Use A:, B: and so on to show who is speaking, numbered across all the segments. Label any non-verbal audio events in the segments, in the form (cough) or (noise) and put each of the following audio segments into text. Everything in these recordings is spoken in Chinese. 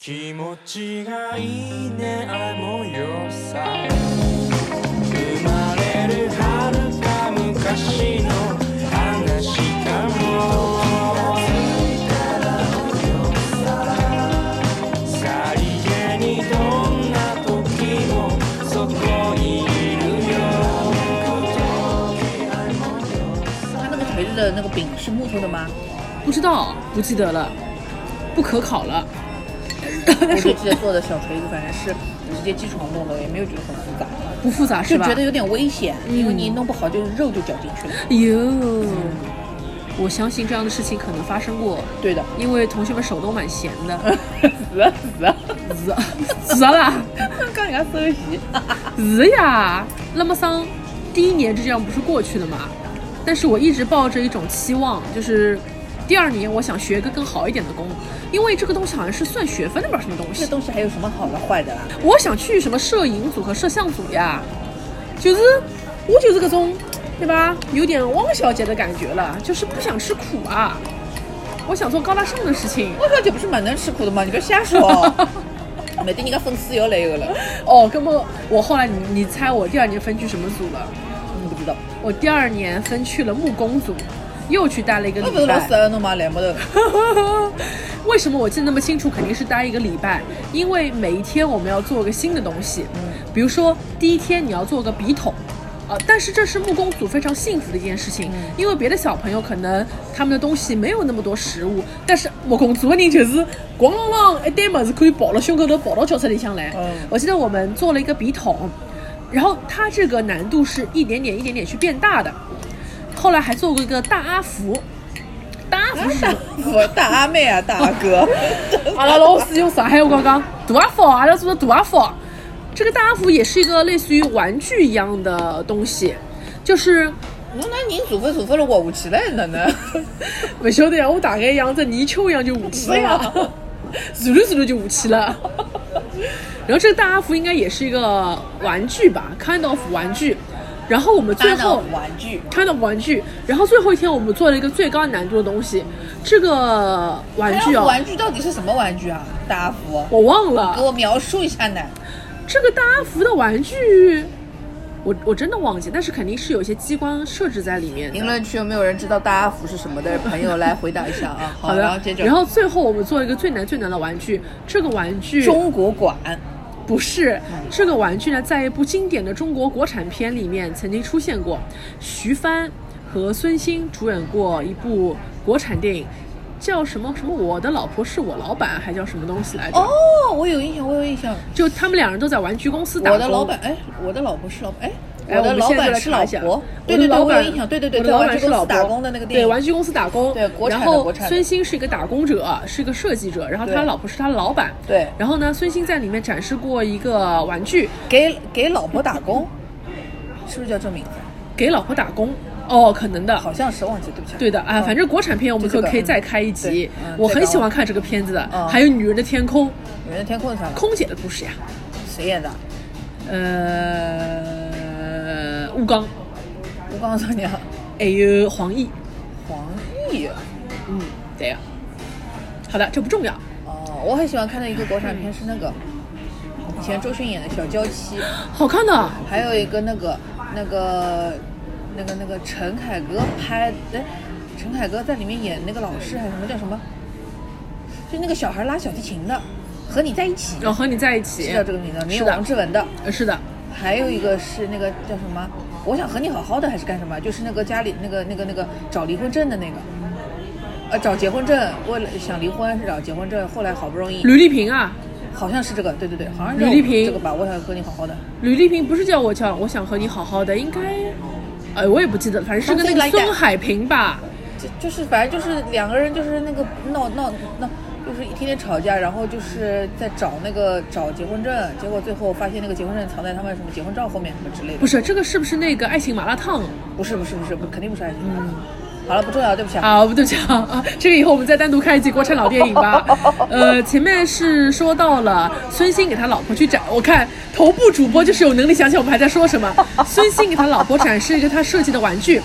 A: 気持ちがいいね愛もよさ生まれる遥か昔の話かもさりげにどんな時もそこにいる
B: 它那个锤子的那个柄是木头的吗？
C: 不知道，不记得了，不可考了。
B: 我就记得做的小锤子，反正是 (laughs) 直接机床弄的，也没有觉得很复杂，
C: 不复杂
B: 就是
C: 吧？
B: 觉得有点危险，因为你弄不好就肉就绞进去
C: (laughs)
B: 了。
C: 哟，我相信这样的事情可能发生过，
B: 对的，
C: 因为同学们手都蛮闲的， (laughs)
B: 死了死了，
C: 热热啦，
B: (laughs) 刚人家休息。
C: 热呀！那么桑，第一年就这样不是过去了嘛？但是我一直抱着一种期望，就是第二年我想学个更好一点的工，因为这个东西好像是算学分的吧，什么东
B: 这
C: 西
B: 个？东西还有什么好的坏的啦？啊
C: 我想去什么摄影组和摄像组呀，就是我就是这种，对吧？有点汪小姐的感觉了，就是不想吃苦啊。我想做高大上的事情。
B: 我小姐不是蛮能吃苦的吗？你不要瞎说。没得人家粉丝又来一个了，
C: 哦，根本我后来你你猜我第二年分去什么组了？
B: 你嗯不知道。
C: 我第二年分去了木工组，又去待了一个
B: 那哎不
C: 礼
B: 是老
C: 拜
B: 适。合侬吗？栏目头，
C: (laughs) 为什么我记得那么清楚？肯定是待一个礼拜，因为每一天我们要做个新的东西。比如说第一天你要做个笔筒，呃，但是这是木工组非常幸福的一件事情，因为别的小朋友可能他们的东西没有那么多食物，但是木工组的人就是咣啷啷一堆么子可以跑到胸口头，跑到教室里向来。
B: 嗯
C: 我记得我们做了一个笔筒，然后它这个难度是一点点一点点去变大的，后来还做过一个大阿福。大阿福是什么？
B: 我大阿妹啊，大阿哥， (laughs)
C: 阿拉老师用上海话讲大阿福，啊阿拉做的大阿福。这个大阿福也是一个类似于玩具一样的东西，就是 (coughs)
B: 侬那人做法做法了活不起来哪能？
C: 不晓得呀，我大概像这泥鳅一样就下去了 (laughs) 呀
B: 是，
C: 走溜走溜就下去了。然后这个大阿福应该也是一个玩具吧，kind of 玩具。然后我们最后
B: 玩具，
C: kind of 玩具，然后最后一天我们做了一个最高难度的东西，这个玩具哦，
B: 玩具到底是什么玩具啊？大阿福，
C: 我忘了，
B: 给我描述一下呢。
C: 这个大阿福的玩具，我我真的忘记，但是肯定是有一些机关设置在里面的。
B: 评论区有没有人知道大阿福是什么的朋友来回答一下 (laughs) 啊？
C: 好
B: 然后
C: 的
B: 接，着，
C: 然后最后我们做一个最难最难的玩具，这个玩具
B: 中国馆，
C: 不是这个玩具呢，在一部经典的中国国产片里面曾经出现过，徐帆和孙兴主演过一部国产电影，叫什么什么我的老婆是我老板，还叫什么东西来着？
B: 哦，我有印象，我有印象。
C: 就他们两人都在玩具公司打工。
B: 我的老板，哎，我的老婆是老板，哎，
C: 哎
B: 我的老板是老婆，对对对，我
C: 我的老
B: 有
C: 板
B: 印象，对对对，在
C: 我的老
B: 玩
C: 板
B: 具
C: 是
B: 公
C: 老
B: 司
C: 婆
B: 打工的那个电
C: 对，
B: 影，
C: 玩具公司打工，
B: 对国产
C: 然
B: 的
C: 后
B: 国产的
C: 孙兴是一个打工者，是一个设计者，然后他
B: 对
C: 老婆是他老板，
B: 对
C: 然后呢，孙兴在里面展示过一个玩具，
B: 给给老婆打工，是不是叫这名字？
C: 给老婆打工，哦，可能的，
B: 好像是忘记，对不起。
C: 对的啊，
B: 嗯
C: 反正国产片我们
B: 就这
C: 可
B: 个
C: 可以再开一集
B: 嗯对嗯，
C: 我很喜
B: 这个
C: 欢看这个片子
B: 嗯
C: 的，还有《女人的天空》，
B: 《女人天空》是啥？
C: 空姐的故事呀，
B: 谁演的？
C: 呃，吴刚，
B: 我告诉你啊，
C: 还有黄奕，
B: 黄奕。
C: 嗯，对呀，好的，这不重要，
B: 哦，我很喜欢看的一个国产片是那个以前周迅演的《小娇妻》，
C: 好看的，
B: 还有一个那个那个那个那个陈凯歌拍的，陈凯歌在里面演那个老师还是什么叫什么？就那个小孩拉小提琴的，和你在一起，
C: 然后和你在一起
B: 是，叫这个名字，没有
C: 是的
B: 王志文的。
C: 呃是的。
B: 还有一个是那个叫什么？我想和你好好的还是干什么？就是那个家里那个那个那个找离婚证的那个，呃，找结婚证，为了想离婚是找结婚证，后来好不容易，
C: 吕丽萍啊，
B: 好像是这个，对对对，好像是
C: 吕丽萍
B: 这个吧。我想和你好好的，
C: 吕丽萍不是叫我叫我想和你好好的，应该，哎，我也不记得了，反正是跟
B: Something
C: 那个
B: like that
C: 孙海平吧，
B: 就就是反正就是两个人就是那个闹闹闹，就是一天天吵架，然后就是在找那个找结婚证，结果最后发现那个结婚证藏在他们什么结婚照后面什么之类的。
C: 不是这个是不是那个爱情麻辣烫
B: 不是不是不是不是肯定不是爱情。好了，不重要，对不起啊。
C: 啊？不对不起啊啊，这个以后我们再单独开一集国产老电
B: (laughs)
C: 影吧。呃，前面是说到了孙兴给他老婆去展，我看头部主播就是有能力想起我们还在说什么。孙兴给他老婆展示一个他设计的玩具。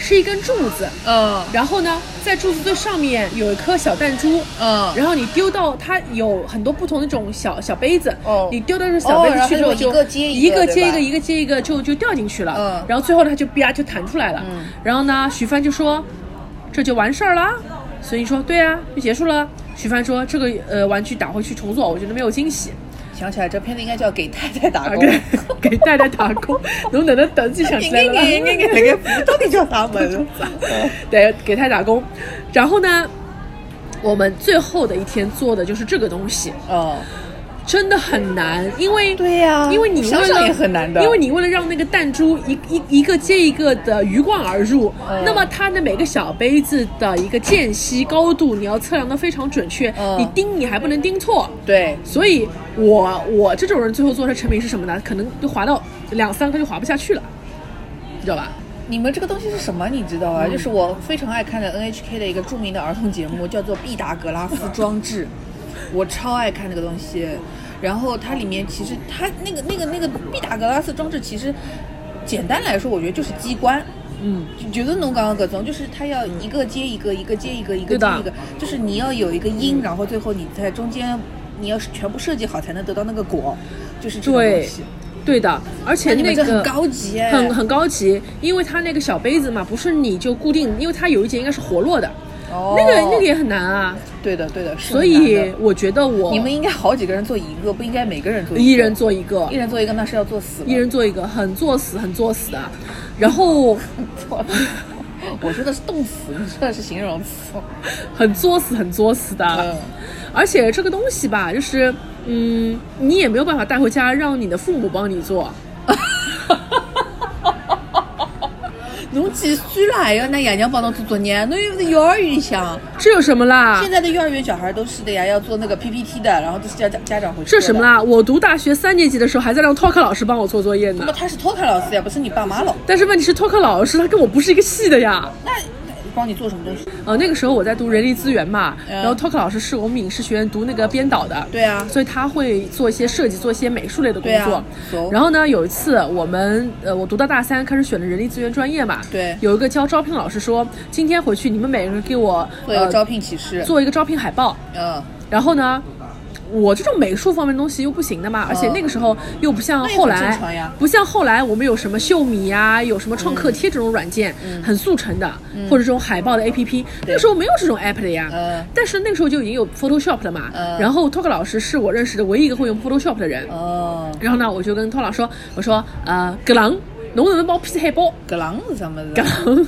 C: 是一根柱子，
B: 嗯
C: 然后呢，在柱子最上面有一颗小弹珠，
B: 嗯，
C: 然后你丢到它有很多不同的这种小小杯子，
B: 哦
C: 你丢到这小
B: 哦
C: 杯子
B: 然后
C: 去之
B: 就
C: 后
B: 一
C: 就
B: 个接一
C: 一
B: 个
C: 个接
B: 对
C: 一
B: 吧
C: 个一个接一个就就掉进去了，
B: 嗯
C: 然后最后它就啪就弹出来了，
B: 嗯
C: 然后呢，许帆就说这就完事儿啦，所以说对啊，就结束了。许帆说这个呃玩具打回去重做，我觉得没有惊喜，
B: 想起来这片子应该叫《给太太打
C: 啊
B: 工》。
C: 给 (laughs) 给带带打工， (laughs) 能等能等，就想起来了。
B: 应该给那个到底叫啥名字？
C: 对，给他打工。然后呢，我们最后的一天做的就是这个东西，
B: 哦，
C: 真的很难，因为
B: 对呀
C: 因为你为
B: 想
C: 了
B: 想也很难的
C: 因为你为了让那个弹珠一一一个接一个的鱼贯而入，
B: 嗯
C: 那么它的每个小杯子的一个间隙高度，你要测量的非常准确，
B: 嗯
C: 你盯你还不能盯错。
B: 对，
C: 所以我我这种人最后做出成品是什么呢？可能就滑到两三个就滑不下去了，你知道吧？
B: 你们这个东西是什么？你知道啊？
C: 嗯
B: 就是我非常爱看的 NHK 的一个著名的儿童节目，叫做《毕达哥拉斯装置》，
C: (laughs)
B: 我超爱看这个东西。然后它里面其实它那个那个那个毕达哥拉斯装置，其实简单来说，我觉得就是机关。
C: 嗯，
B: 就觉得侬刚刚搿种，就是它要一个接一个，一个接一个，一个
C: 对
B: 接
C: 的
B: 一个，就是你要有一个因，然后最后你在中间，你要是全部设计好才能得到那个果，就是这种东
C: 对
B: 西。，
C: 对的，而且
B: 那你们
C: 那
B: 这
C: 个
B: 很高级哎，
C: 很很高级，因为它那个小杯子嘛，不是你就固定，因为它有一节应该是活络的，
B: 哦
C: 那个那个也很难啊，
B: 对的对的，是
C: 所
B: 很难
C: 以
B: 的
C: 我觉得我
B: 你们应该好几个人做一个，不应该每个人做
C: 一
B: 个
C: 人做一个
B: 一，人做一个，那是要做死了
C: 一人做一个，很作死，很作死的。然后
B: 做。 (laughs) 我说的是冻死， (laughs) 你说的是形容词。
C: 很作死，很作死的，
B: 嗯，
C: 而且这个东西吧，就是嗯，你也没有办法带回家，让你的父母帮你做。
B: 侬几岁了还要拿爷娘帮侬做作业？侬又不是幼儿园里向。
C: 这有什么啦
B: 现？在的幼儿园小孩都是的呀，要做那个 PPT 的，然后都是叫家家长回去。
C: 这什么？啦？我读大学三年级的时候，还在让托克老师帮我做作业呢
B: 那么。他是托卡老师呀，不是你爸妈老。
C: 但是问题是，托克老师他跟我不是一个系的呀。
B: 那那帮你做什么东西？
C: 呃，那个时候我在读人力资源嘛，
B: 嗯
C: 然后托克老师是我们影视学院读那个编导的，
B: 对啊
C: 所以他会做一些设计，做一些美术类的工
B: 对啊
C: 作。
B: 熟
C: 然后呢，有一次我们呃，我读到大三开始选了人力资源专业嘛，
B: 对
C: 有一个教招聘老师说，今天回去你们每个人给我
B: 做一个
C: 呃
B: 招聘启事。
C: 做一个招聘海报，
B: 嗯，
C: 然后呢。我这种美术方面的东西又不行的嘛，而且那个时候又不像
B: 哦那也
C: 后
B: 很
C: 来
B: 正常呀，
C: 不像后来我们有什么秀米呀、有什么创客贴这种软件，
B: 嗯
C: 很速成的，或者这种海报的 APP，那个时候没有这种 app 的呀。
B: 嗯
C: 但是那个时候就已经有 Photoshop 了嘛。
B: 嗯
C: 然后 t o k 老师是我认识的唯一一个会用 Photoshop 的人。
B: 哦，
C: 然后呢，我就跟 t o k 老师说，我说呃，格朗，侬能不能帮我 P 海报？
B: 格朗是什么
C: 格
B: 的？
C: (laughs) 朗，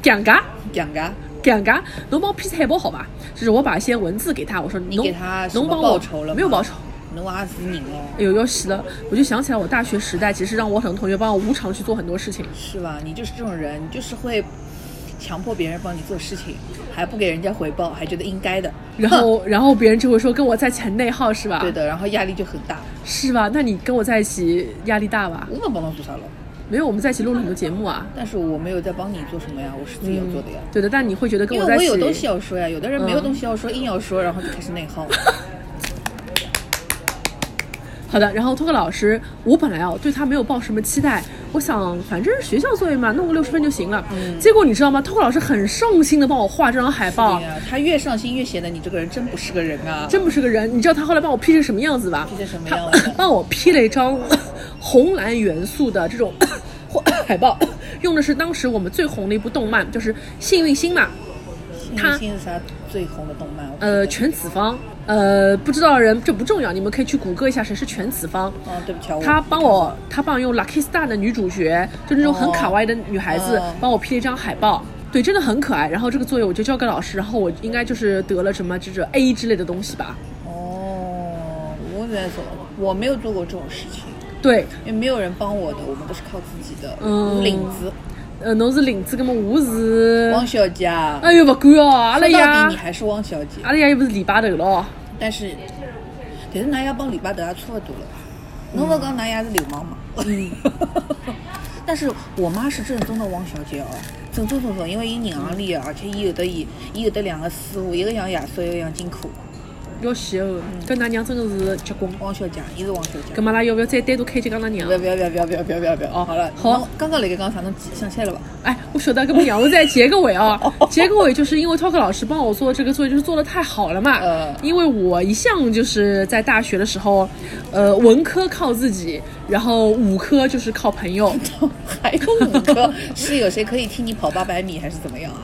C: 讲噶。
B: 讲噶。
C: 两个，侬帮我 P 海报好吧？就是我把一些文字给他，我说
B: 你
C: 侬
B: 给他什么
C: 侬帮
B: 报
C: 我
B: 酬了吗
C: 没有报酬，
B: 侬也是人哦，
C: 哎呦，要洗了！我就想起来，我大学时代其实让我很多同学帮我无偿去做很多事情。
B: 是吧？你就是这种人，你就是会强迫别人帮你做事情，还不给人家回报，还觉得应该的。
C: 然后，然后别人就会说跟我在一起很内耗是吧？
B: 对，的，然后压力就很大。
C: 是吧？那你跟我在一起压力大吧？
B: 我能帮侬做啥了？
C: 没有，我们在一起录了很多节目啊。
B: 但是我没有在帮你做什么呀，我是自己要做的呀。
C: 对的，但你会觉得嗯跟
B: 因为
C: 在一
B: 我
C: 起，
B: 有东西啊要说呀，有的人没有
C: 嗯
B: 东西要说，硬要说，然后就开始内
C: (laughs)
B: 耗。
C: 好的，然后托克老师，我本来啊对他没有抱什么期待，我想反正是学校作业嘛，弄个六十分就行了。
B: 嗯
C: 结果你知道吗？托克老师很上心的帮我画这张海报
B: 对，呀、他越上心越显得你这个人真不是个人啊。
C: 真不是个人。你知道他后来帮我 P 成什么样子吧？
B: P 成什么
C: 他
B: 样
C: (laughs)
B: 子
C: 帮我 P 了一张红蓝元素的这种 (coughs) 海报， (coughs) 用的是当时我们最红的一部动漫，就是《幸运星》嘛。他
B: 现在是啥最红的动漫？我
C: 呃，
B: 觉
C: 全子方，呃，不知道的人这不重要，你们可以去谷歌一下谁是全子方。
B: 得哦，对不起啊，我
C: 他帮我，他帮我用 Lucky Star 的女主角，就那种很卡哇伊的女孩子，
B: 哦
C: 帮我 P 了一张海报，对，真的很可爱。然后这个作业我就交给老师，然后我应该就是得了什么这这 A 之类的东西吧。
B: 哦，我原来走了，我没有做过这种事情，
C: 对，
B: 因为没有人帮我的，我们都是靠自己的。
C: 嗯
B: 领子，
C: 呃，侬是领子，那么我是，
B: 汪小姐，哎
C: 哎呦，不敢哦，阿拉
B: 说
C: 爷，
B: 到底你
C: 阿
B: 还是汪小姐，
C: 拉爷又不是篱笆头咯，
B: 但是，但是㑚爷帮李巴德也差不多了吧？侬勿讲㑚爷是流氓嘛？
C: 嗯
B: (laughs) 但是我妈是正宗的汪小姐哦，正宗正宗，啊因为伊银行里的，而且伊有的伊，伊有的两个师傅，一个像亚叔，一个像金口。
C: 要洗哦，搿㑚娘真的是结棍。
B: 王小姐，伊是王小姐啊
C: 搿。么阿拉要不要再单独开一集讲㑚
B: 不要
C: 娘？
B: 不要不要不要不要不要不要不要！
C: 哦
B: 好了，
C: 好
B: 侬刚刚那个刚啥侬记想起来了吧？
C: 哎，我晓得，搿么让我再结个尾哦。
B: (laughs)
C: 结个尾就是因为 Talk 老师帮我做这个作业，就是做的太好了嘛。
B: 嗯
C: 因为我一向就是在大学的时候，呃，文科靠自己，然后武科就是靠朋友。
B: (laughs) 还有五个是有谁可以替你跑八百米还是怎么样啊？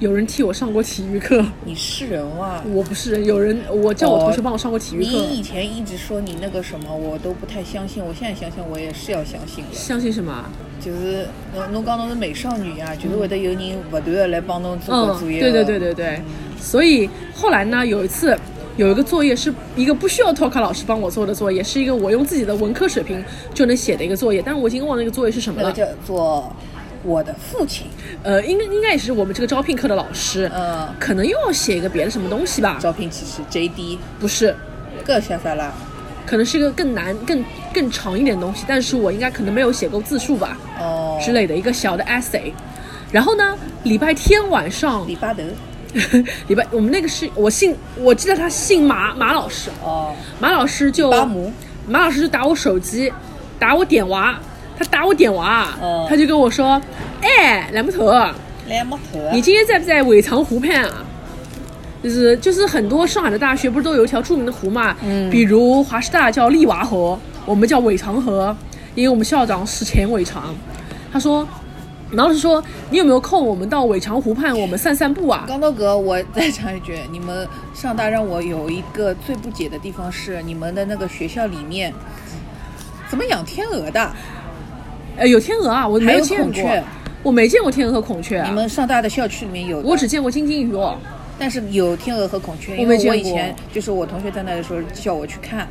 C: 有人替我上过体育课，
B: 你是人哇！
C: 我不是人，有人我叫我同学帮我上过体育
B: 你
C: 课。
B: 以前一直说你那个什么，我都不太相信，我现在想想我也是要相信了。
C: 相信什么啊？
B: 就是侬侬讲侬是美少女呀、就是会得有人不断的来帮侬做搿
C: 嗯，
B: 作业。
C: 对对对。对对。所以后来呢，有一次有一个作业是一个不需要 Talk 老师帮我做的作业，是一个我用自己的文科水平就能写的一个作业，但是我已经忘了那个作业是什么
B: 那个
C: 了。
B: 叫做我的父亲，
C: 呃，应该应该也是我们这个招聘课的老师，
B: 嗯
C: 可能又要写一个别的什么东西吧？
B: 招聘启事 JD，
C: 不是，
B: 搿写啥啦？
C: 可能是一个更难、更更长一点的东西，但是我应该可能没有写够字数吧。
B: 哦，
C: 之类的一个小的 essay。然后呢，礼拜天晚上，
B: 礼拜头。
C: 礼拜我们那个是我姓，我记得他姓马马老师，
B: 哦，
C: 马老师就
B: 巴姆
C: 马老师就打我手机，打我点娃，他打我点娃，
B: 哦
C: 他就跟我说，哎，蓝木头，
B: 嗯来木头啊。
C: 你今天在不在尾长湖畔啊？就是就是很多上海的大学不是都有一条著名的湖嘛，嗯，比如华师大叫丽娃河，我们叫尾长河，因为我们校长是钱伟长，他说，然后就说你有没有空，我们到尾长湖畔我们散散步啊？
B: 刚到哥，我再插一句，你们上大让我有一个最不解的地方是，你们的那个学校里面怎么养天鹅的？
C: 呃，有天鹅啊，我没
B: 还有
C: 见
B: 孔
C: 过
B: 雀，
C: 我没见过天鹅和孔雀、啊，
B: 你们上大的校区里面有的？
C: 我只见过金金鱼哦。
B: 但是有天鹅和孔雀，
C: 我
B: 因
C: 没
B: 为
C: 见过
B: 我以前就是我同学在那的时候叫我去看，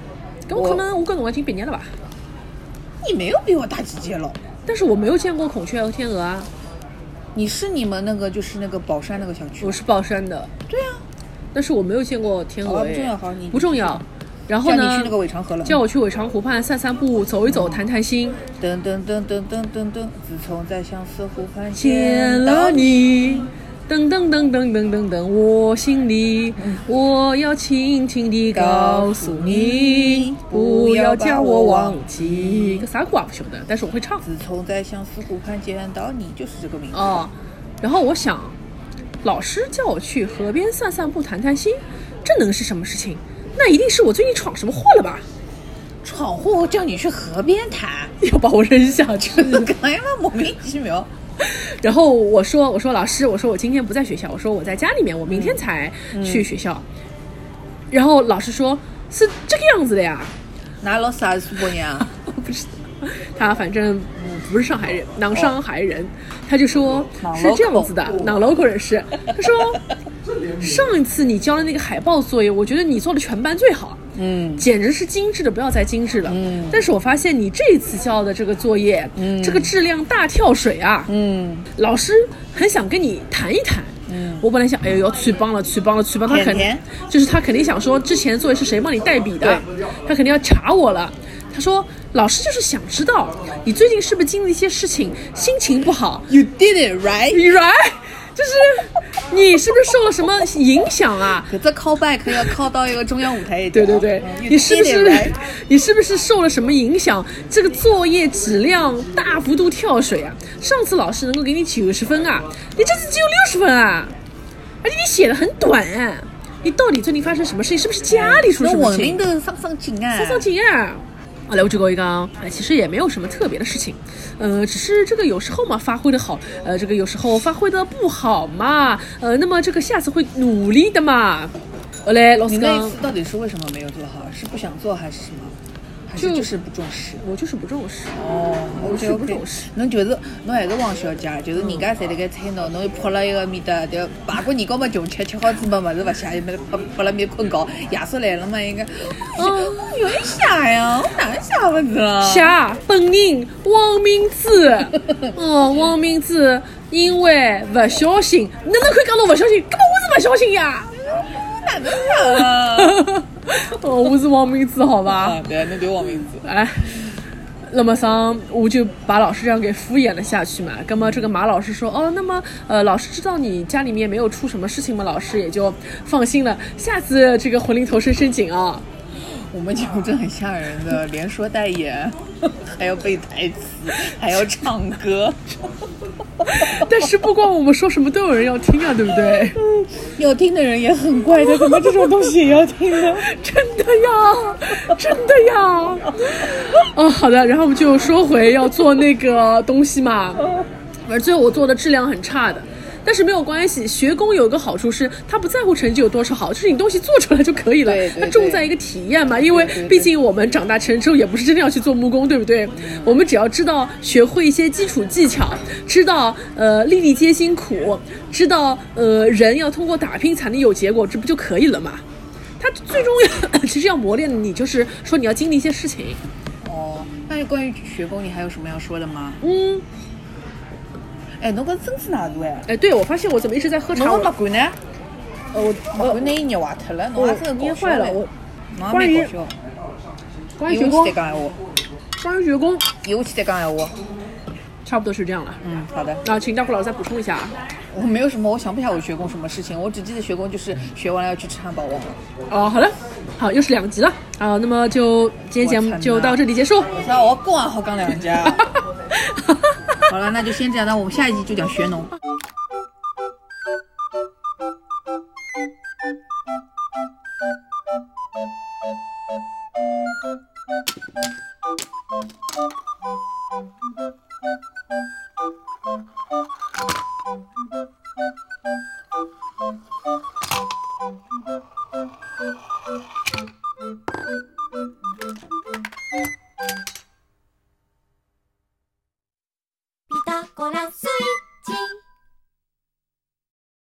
C: 搿我可能我跟侬已经毕业了吧，
B: 你没有比我大几届了，
C: 但是我没有见过孔雀和天鹅啊，
B: 你是你们那个就是那个宝山那个小区
C: 我，是宝山的，
B: 对啊，
C: 但是我没有见过天鹅、
B: 好吧
C: 哎
B: 不重要好你
C: 不重要。然后
B: 叫
C: 呢？
B: 你去那个尾长河了，
C: 叫我去尾长湖畔散散步、走一走、谈谈心。
B: 噔噔噔噔噔噔噔，自从在相思湖畔
C: 见了，你，噔噔噔噔噔噔噔，我心里，
B: 嗯
C: 我要轻轻地告诉你，不要叫我忘记。个啥歌啊不晓得，但是我会唱
B: 自从在相思湖畔见到你，就是这个名字，
C: 哦。然后我想，老师叫我去河边散散步、谈谈心，这能是什么事情？那一定是我最近闯什么祸了吧？ (laughs)
B: 闯祸我叫你去河边谈， (laughs)
C: 要把我扔下去。
B: 哎呀妈，莫名其妙，
C: 然后我说我说老师，我说我今天不在学校，我说我在家里面，我明天才去学校。然后老师说是这个样子的呀，
B: 哪老啥苏伯娘？
C: 我不知道，他反正不不是上海人，囊上海人，他就说
B: 囊
C: 是这样
B: local
C: 子的，囊 local 人士，他说上一次你交的那个海报作业，我觉得你做的全班最好。
B: 嗯，
C: 简直是精致的不要再精致了。嗯，但是我发现你这次交的这个作业，嗯，这个质量大跳水啊。
B: 嗯，
C: 老师很想跟你谈一谈。我本来想，哎呦，要去帮了，去帮了，去帮他肯
B: 甜甜
C: 就是他肯定想说，之前作业是谁帮你代笔的，他肯定要查我了。他说，老师就是想知道你最近是不是经历一些事情，心情不好，
B: You did it right。
C: 你来，就是你是不是受了什么影响啊？
B: 搿只 callback 要 call 到一个中央舞台一
C: 对
B: 点
C: 对
B: 啊。
C: 对，
B: 嗯
C: 你是不
B: You did it
C: 是
B: right
C: (laughs) 你是不是受了什么影响？这个作业质量大幅度跳水啊！上次老师能够给你九十分啊，你这次只有六十分啊，而且你写的很短、啊你到底最近发生什么事情？是不是家里出了
B: 那
C: 什么
B: 文
C: 事
B: 明
C: 情？
B: 都上上紧啊，
C: 上上紧啊！后来我就跟我一讲，哎，其实也没有什么特别的事情，呃，只是这个有时候嘛发挥的好，呃，这个有时候发挥的不好嘛，呃，那么这个下次会努力的嘛。后来老师
B: 你那一
C: 讲
B: 次，到底是为什么没有做好？是不想做还是什么？还
C: 就是
B: 就是不重视？
C: 我就是不重视。
B: 哦，OK
C: 不
B: OK
C: 重视。
B: 侬就是侬还是王小姐，就是人家侪辣盖吹侬，侬又扑了一个面搭，就爬过年糕么穷吃，吃好子么么子勿下，又没扑扑了面困觉。夜宿来了嘛，应该，哦，有一下呀，我哪能下勿子啊了？
C: 侠本人汪明志，哦，汪明志因为勿小心，哪能可以讲到勿小心？根本我是勿小心呀！
B: 我哪能下啊？ (laughs)
C: 哦，我是汪明志，好吧
B: 啊？，对，侬就王明志。
C: 哎，那么桑吾就把老师这样给敷衍了下去嘛。那么这个马老师说，哦，那么呃，老师知道你家里面没有出什么事情嘛，老师也就放心了。下次这个魂灵投身申请啊，
B: 我们讲这很吓人的，连说带演， (laughs) 还要背台词，还要唱歌，
C: 但是不管我们说什么，都有人要听啊，对不对？
B: (laughs) 要听的人也很怪的，怎么这种东西也要听呢？
C: 真的呀，真的呀。哦，好的，然后我们就说回要做那个东
B: (laughs)
C: 西嘛，
B: 嗯
C: 而最后我做的质量很差的。但是没有关系，学工有个好处是，他不在乎成绩有多少好，就是你东西做出来就可以了
B: 对。对
C: 他重在一个体验嘛，因为
B: 对对对
C: 毕竟我们长大成人之后也不是真的要去做木工，对不对？
B: 嗯
C: 我们只要知道学会一些基础技巧，知道呃粒粒皆辛苦，知道呃人要通过打拼才能有结果，这不就可以了嘛？他最终要 (laughs) 其实要磨练你，就是说你要经历一些事情。
B: 哦，那就关于学工，你还有什么要说的吗？
C: 嗯，
B: 哎，侬搿真是哪路哎？
C: 哎，对，我发现我怎么一直在喝茶？
B: 侬哦
C: 我
B: 个墨管呢？
C: 呃我
B: 墨管拿伊捏坏脱了，侬
C: 我
B: 也真的
C: 捏
B: 搞笑
C: 坏了
B: 哎
C: 我。
B: 侬也蛮搞笑，
C: 关于
B: 伊
C: 学
B: 下去
C: 工
B: 再，讲闲话，
C: 关于学工，
B: 伊下去再讲闲话。
C: 差不多是这样了。
B: 嗯，好的。
C: 啊，请大虎老师再补充一下啊。
B: 我没有什么，我想不起来我学过什么事情，我只记得学过就是学完了要去吃汉堡王。
C: 哦，好的，好，又是两集了啊，那么就今天节
B: 我
C: 目
B: 天哪
C: 就到这里结束。
B: 啊 (laughs) 那我更往好讲两家。好了，那就先这样，那我们下一集就讲学农。